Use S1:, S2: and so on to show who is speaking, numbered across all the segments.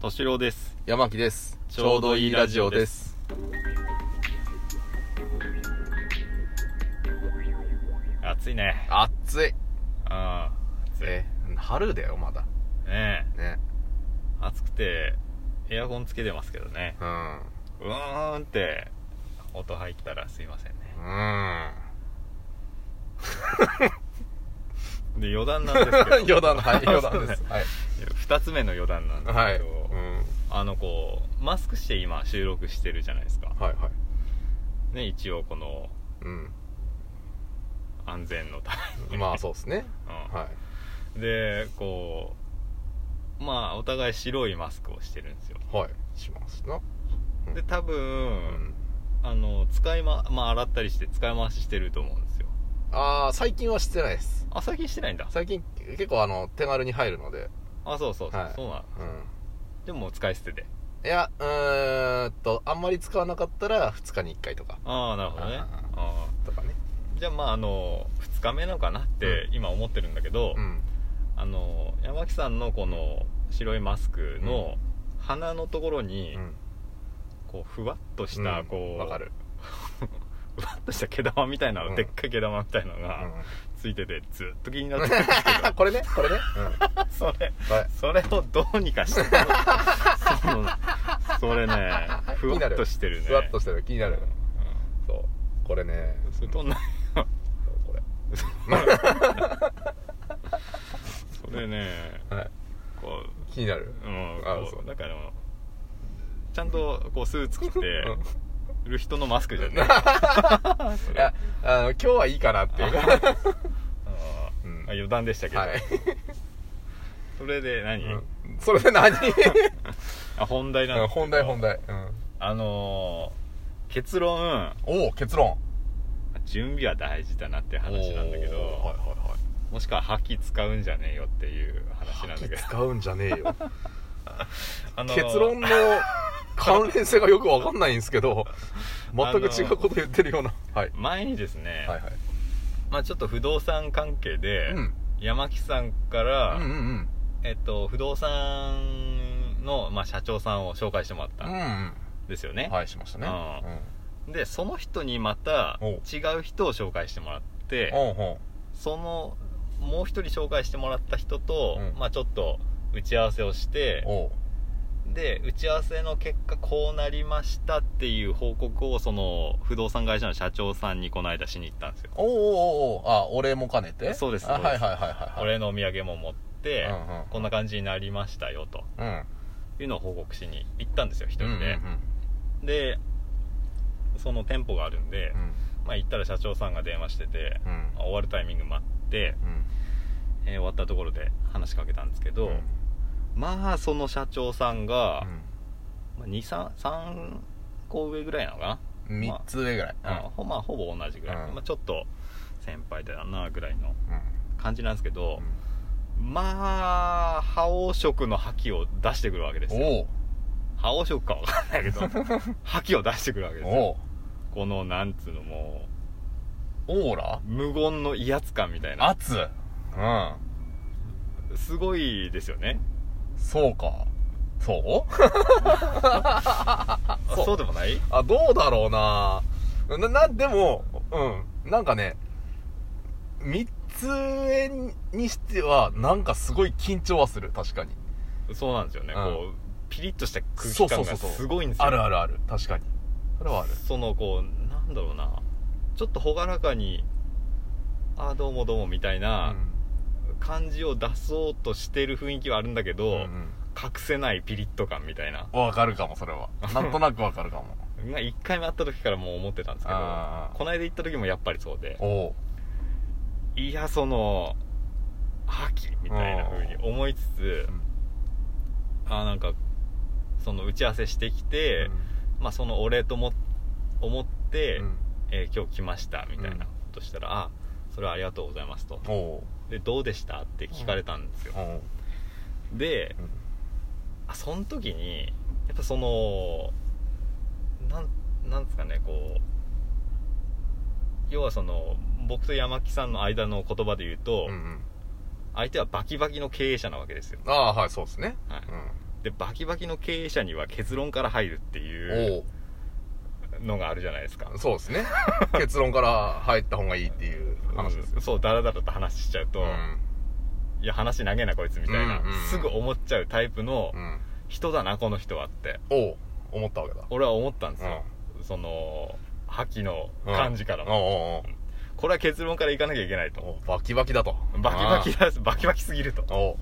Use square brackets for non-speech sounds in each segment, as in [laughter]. S1: 敏郎です
S2: 山木です
S1: ちょうどいいラジオです暑いね
S2: 暑い
S1: ああ暑い
S2: え
S1: ね
S2: 春だよまだ
S1: え
S2: ね
S1: 暑くてエアコンつけてますけどね
S2: うん
S1: うーんって音入ったらすいませんね
S2: うん
S1: で余談なんですけど
S2: [laughs] 余談
S1: [laughs]
S2: はい余談です
S1: そうね
S2: はい
S1: 二つ目の余談なんです
S2: はい
S1: け
S2: う
S1: ど、
S2: ん
S1: あのこうマスクして今収録してるじゃないですか、
S2: はいはい
S1: ね一応この
S2: うん
S1: 安全のために
S2: まあそうですね
S1: うん
S2: はい
S1: でこうまあお互い白いマスクをしてるんですよ
S2: はいしますな
S1: で多分、
S2: うん
S1: あの使いままあ洗ったりして使い回ししてると思うんですよ
S2: ああ最近はしてないです
S1: あ最近してないんだ
S2: 最近結構あの手軽に入るので
S1: あそうそうそう、
S2: はい
S1: そうなの
S2: うん
S1: でももう使い捨てで
S2: いやうーんとあんまり使わなかったら2日に1回とか
S1: ああなるほどね
S2: あー
S1: あ
S2: とかね
S1: ーじゃあまああの2日目のかなって今思ってるんだけど、
S2: うん
S1: あの山木さんのこの白いマスクの鼻のところに、
S2: うん
S1: こうふわっとした、
S2: うん
S1: こう
S2: わかる
S1: ふわっとした毛玉みたいなの、
S2: うん
S1: でっかい毛玉みたいなの
S2: う
S1: が
S2: ん
S1: ついててずっと気になってるん [laughs] です
S2: あ [laughs] これねこれね
S1: けどそれ
S2: うんはい
S1: それをどうにかしてそのそれ
S2: [laughs]
S1: ねふわっとしてるね
S2: ふわっとしてる気になる
S1: う
S2: そうこれね
S1: んそれどんな
S2: そうこ
S1: [laughs] それね
S2: れはい
S1: こ
S2: 気になる
S1: う,、うん、
S2: あ
S1: こ
S2: そう
S1: うだからちゃんとこうスーツ着て
S2: う
S1: る人のマスクじゃ
S2: [laughs] んい
S1: ない
S2: やあの今日はいいかなっていうか
S1: あー
S2: うん
S1: あ余談でしたけど、
S2: はい
S1: それで何、
S2: うんそれ
S1: [laughs]
S2: で何
S1: あ本題なんですけど
S2: 本題本題うん
S1: あのー結論
S2: おお結論
S1: 準備は大事だなって話なんだけど、
S2: おーはいはいはい
S1: もしくは覇気使うんじゃねえよっていう話なんだけど
S2: 気使うんじゃねえよ
S1: [laughs] あのー
S2: 結論の関連性がよくわかんないんです
S1: [laughs]
S2: けど全く違うこと言ってるようなはい
S1: 前にですね、
S2: はいはい
S1: まあ、ちょっと不動産関係で、
S2: うん
S1: 山木さんから、
S2: うんうんうん
S1: えっと、不動産の、まあ、社長さんを紹介してもらっ
S2: うん
S1: たん
S2: うん
S1: ですよね、
S2: はいしましたね
S1: あでその人にまた
S2: おう
S1: 違う人を紹介してもらって
S2: うんうんうん
S1: そのもう一人紹介してもらった人と、
S2: うん
S1: まあ、ちょっと打ち合わせをして
S2: おう
S1: で打ち合わせの結果こうなりましたっていう報告をその不動産会社の社長さんにこの間しに行ったんですよ
S2: おうおうおうおうあお礼も兼ねて
S1: そうです
S2: あ
S1: そうです
S2: はいはいはいはい
S1: お
S2: はい
S1: 礼のお土産も持って、
S2: うんうん
S1: こんな感じになりましたよと
S2: うん
S1: いうのを報告しに行ったんですよ一
S2: うん
S1: 人で、でその店舗があるんで、
S2: うん
S1: まあ行ったら社長さんが電話してて、
S2: うんうん
S1: 終わるタイミング待って、えー終わったところで話しかけたんですけど、
S2: うん
S1: まあその社長さん
S2: う
S1: が、
S2: ん
S1: まあ、23個上ぐらいなのかな
S2: 3つ上ぐらい
S1: あのほまあほぼ同じぐらい、
S2: うん
S1: まあ、ちょっと先輩だなぐらいの
S2: うんうん
S1: 感じなんですけど、まあ覇王色の覇気を出してくるわけですよ
S2: おう
S1: 覇王色かわかんない
S2: [laughs]
S1: けど覇気を出してくるわけですよ
S2: おう
S1: このなんつうのも
S2: オーラ
S1: う無言の威圧感みたいな
S2: 圧うん
S1: すごいですよね
S2: そうかそう
S1: あ
S2: そう
S1: そうでもない
S2: あ、どうだろうなな、な、でも、うん。なんかね、三つ上にしては、なんかすごい緊張はする、確かに。
S1: そうなんですよね、
S2: うん
S1: こうピリッとした空
S2: そ
S1: 気
S2: う
S1: 感
S2: そ
S1: が
S2: うそうそう
S1: すごいんですよ
S2: あるあるある、確かに。それはある。
S1: そのこうなんだろうなちょっと朗らかに「ああどうもどうも」みたいな、感じを出そうとしてる雰囲気はあるんだけ
S2: う
S1: ど、
S2: ん。うん
S1: 隠せないピリッと感みたいな
S2: うん。わかるかも、そ
S1: [laughs]
S2: れは。なんとなくわかるかも。
S1: が1回目会った時からもう思ってたんですけど
S2: あー
S1: この間行った時もやっぱりそうで
S2: おう。
S1: いやその覇気みたいな風に思いつつ、
S2: うん
S1: あーなんかその打ち合わせしてきて、まあ、そのお礼とも思って、
S2: うん
S1: えー今日来ましたみたいなことしたら、あそれはありがとうございますと
S2: おう。
S1: でどうでしたって聞かれたんですよ、
S2: おう。
S1: で
S2: うん
S1: あその時にやっぱそのなんなんですかねこう要はその僕と山木さんの間の言葉で言うと、
S2: うんうん。
S1: 相手はバキバキの経営者なわけですよ、
S2: ああ、はい、そうですね。
S1: はい
S2: うん
S1: でバキバキの経営者には結論から入るってい
S2: お
S1: うのがあるじゃないですか
S2: おそうですね
S1: [laughs]
S2: 結論から入った方がいいっていう話です
S1: うんそうダラダラと話しちゃうと、
S2: うん
S1: いや話投げなこいつみたいな、
S2: うんうん
S1: すぐ思っちゃうタイプの
S2: うん
S1: 人だなこの人はって
S2: おう思ったわけだ
S1: 俺は思ったんですよ、その覇気の
S2: うん
S1: 感じからも、
S2: おうおう
S1: これは結論からいかなきゃいけない
S2: おう
S1: と
S2: おうバキバキだと
S1: バキバキだバキバキすぎると
S2: あーお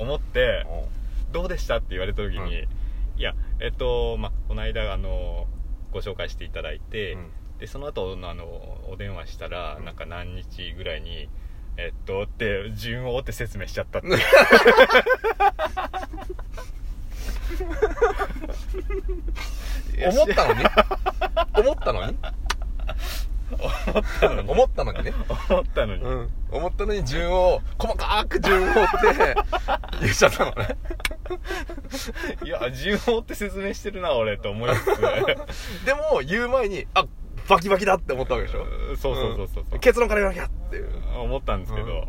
S2: う
S1: 思って
S2: おう
S1: どうでしたって言われた時に、
S2: うん
S1: いやえっとまあこの間あのご紹介していただいて、
S2: うん
S1: でその後あのお電話したら、
S2: うん
S1: なんか何日ぐらいにえっとって順を追って説明しちゃったって
S2: [laughs]
S1: いや
S2: 思っ
S1: [laughs]
S2: たのに思ったのに思ったのにね
S1: 思ったのに、
S2: うん思ったのに順を細かく順を追って言っちゃったのね
S1: いや順を追って説明してるな俺と思いつつ
S2: でも言う前にあバキバキだって思ったわけ [laughs] でしょ
S1: うんそうそうそうそうそうん
S2: 結論から言わなきゃっていう
S1: 思ったんですけど、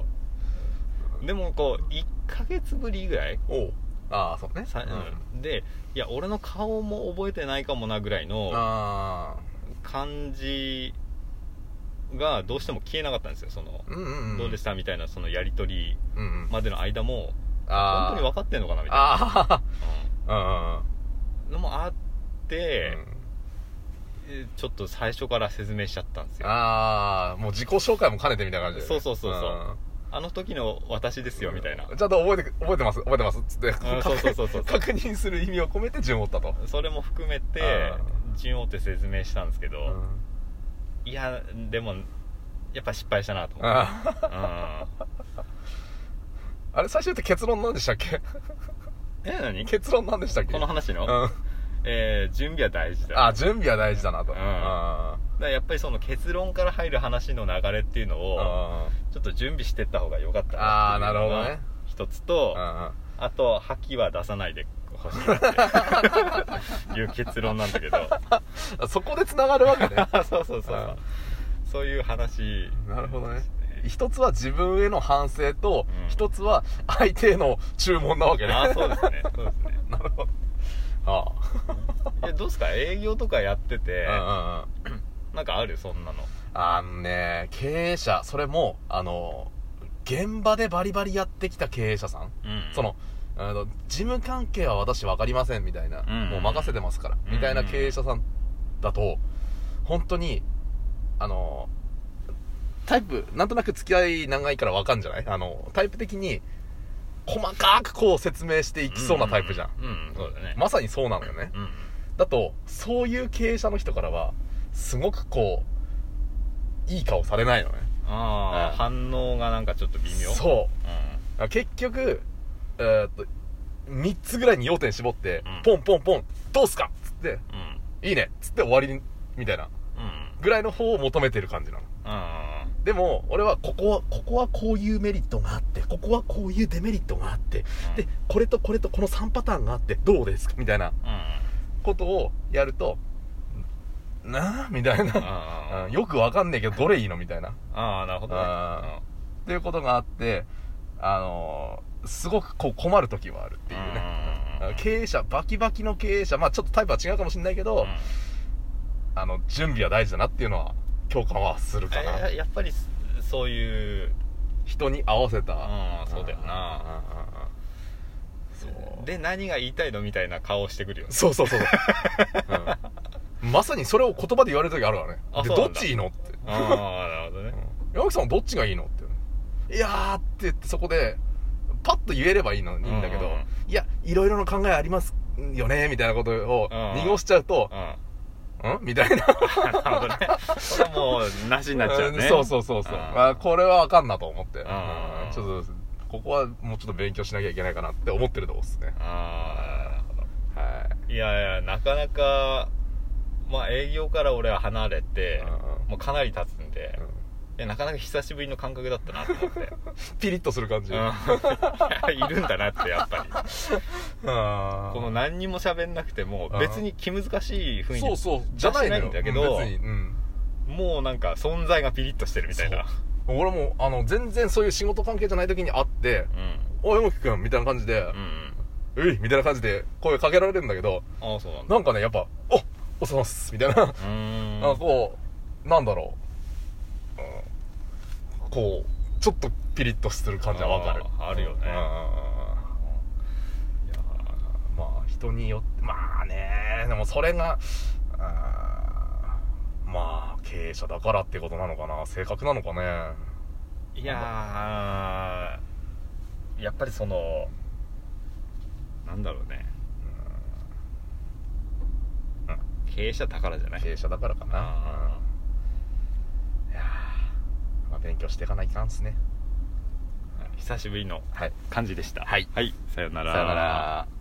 S1: でもこう1ヶ月ぶりぐらい
S2: おうああそうね
S1: さ
S2: うん
S1: でいや俺の顔も覚えてないかもなぐらいの
S2: ああ
S1: 感じがどうしても消えなかったんですよその、
S2: うんうんん
S1: どうでしたみたいなそのやり取り
S2: うんうん
S1: までの間も
S2: あ
S1: 本当に分かってんのかなみたいな、
S2: ああ
S1: うんのもあっ
S2: うんう
S1: て
S2: んう、ん
S1: えちょっと最初から説明しちゃったんですよあ
S2: ああもう自己紹介も兼ねてみたいな感じで
S1: そうそうそうそうんの時の私ですよみたいな、
S2: ちゃんと覚えて覚えてます覚えてますっつって
S1: うんそうそうそうそう
S2: [laughs] 確認する意味を込めて順を追ったと
S1: それも含めて
S2: う
S1: 順を追って説明したんですけど、
S2: うん
S1: いやでもやっぱ失敗したなと思って
S2: あーあれ最初って結論なんでしたっけ [laughs]
S1: うん、え何
S2: 結論なんでしたっけ
S1: この話の、
S2: うん
S1: えー準備は大事だ
S2: あ準備は大事だなと
S1: うん
S2: あ
S1: だからやっぱりその結論から入る話の流れっていうのを
S2: あ
S1: ちょっと準備してった方が良かった
S2: あー
S1: ってい
S2: な
S1: う
S2: るほ
S1: のが
S2: どね
S1: 一つと
S2: あ
S1: あと覇気は出さないでほしいって
S2: [laughs]
S1: いういう結論なんだけど
S2: そこでつながるわ
S1: [laughs]
S2: けね
S1: そうそうそうそうそういう話
S2: なるほどね一つは自分への反省と
S1: うん
S2: 一つは相手への注文なわけね
S1: ああそうですねそうですね
S2: なるほどあ
S1: いやどうですか営業とかやってて
S2: あうんうんうん
S1: なんかあるそんなの
S2: あのね経営者それもあの現場でバリバリやってきた経営者さん
S1: うん
S2: その、あの事務関係は私分かりませんみたいな、
S1: うん
S2: もう任せてますから、
S1: うん
S2: みたいな経営者さんだと、本当に、あの、タイプ、なんとなく付き合い長いから分かんじゃないあの、タイプ的に、細かくこう説明していきそうなタイプじゃん。
S1: うん、うんうんそうだね、
S2: まさにそうなのよね。
S1: うん
S2: だと、そういう経営者の人からは、すごくこう、いい顔されないのね。
S1: ああ反応がなんかちょっと微妙う、
S2: そう。
S1: ん、
S2: あ結局、えーっと、3つぐらいに要点絞って、
S1: うん
S2: ポンポンポン、どうすかっつって、
S1: うん
S2: いいねっつって終わりみたいな、
S1: うん
S2: ぐらいの方を求めてる感じなの。
S1: あ
S2: でも、俺は、ここは、ここはこういうメリットがあって、ここはこういうデメリットがあって、
S1: ー
S2: で、これとこれとこの3パターンがあって、どうですかみたいな
S1: うん
S2: ことをやると、なあみたいな。
S1: あー
S2: うんよくわかんねえけど、どれいいのみたいな。
S1: あーなるほどね
S2: あっていうことがあって、あのーすごくこう困る時はあるっていうね。
S1: うん
S2: 経営者、バキバキの経営者、まあちょっとタイプは違うかもしれないけ
S1: う
S2: ど、
S1: ん
S2: あの、準備は大事だなっていうのは、共感はするかな。
S1: えーやっぱりすそういう
S2: 人に合わせた。
S1: うんそうだよな
S2: うんうんうんうんそう。
S1: で何が言いたいのみたいな顔してくるよね
S2: そうそうそう。うんまさにそれを言葉で言われる時あるからね。
S1: あ
S2: で、
S1: そうな
S2: ど
S1: ん
S2: っ
S1: だ
S2: ちいいのって。
S1: ああなるほどね
S2: 山木さんはどっちがいいのって。いやーって言ってそこで、パッと言えればいいのにいいんだけど、
S1: うんうんうん
S2: いや、いろいろな考えありますよね、みたいなことを
S1: うんうん
S2: 濁しちゃうと
S1: う、ん
S2: んみたいな。
S1: なるほどねそれはもうなしになっちゃうね
S2: ん [laughs] そうそうそうそう。
S1: あ
S2: あこれはあかんなと思って。うん
S1: ん
S2: ちょっと、ここはもうちょっと勉強しなきゃいけないかなって思ってるとこですね。
S1: あーなるほど
S2: はい
S1: やいやなかなかまあ営業から俺は離れて
S2: うん
S1: もうかなり経つん
S2: い
S1: で。いやなかなか久しぶりの感覚だったなと思っ
S2: [laughs]
S1: て
S2: ピリッとする
S1: [laughs]
S2: 感じ。
S1: うんいやいるんだなってやっぱりこ
S2: こ
S1: の何にも喋んなくても
S2: うん
S1: 別に気難しい雰囲気
S2: そうそう、
S1: じゃない
S2: のよ
S1: んだけど
S2: うん別に、うん。
S1: もうなんか存在がピリッとしてるみたいな
S2: 俺も、あの、全然そういう仕事関係じゃない時に会って、
S1: うん
S2: おい、山木くんみたいな感じで、
S1: うん
S2: 「うい!」みたいな感じで声かけられるんだけど
S1: ああそうなんだ
S2: なんかねやっぱ「おおおそます」みたいな
S1: うーん
S2: なんかこう、なんだろう、うんこう、ちょっとピリッとする感じはわかる。
S1: あーあるよね
S2: うんうんうん
S1: いや
S2: うんまあ、人によって、まあね、でもそれが、うんまあ、経営者だからってことなのかな、性格なのかね。
S1: ーいやーやっぱりそのなんだろうね
S2: うんうん
S1: 経営者だからじゃない
S2: 経営者だからかな。
S1: あ
S2: うんいやーまあ勉強していかないかんっすね。
S1: 久しぶりの
S2: はい。
S1: 感じでした
S2: はい
S1: はい、さよな
S2: さよなら。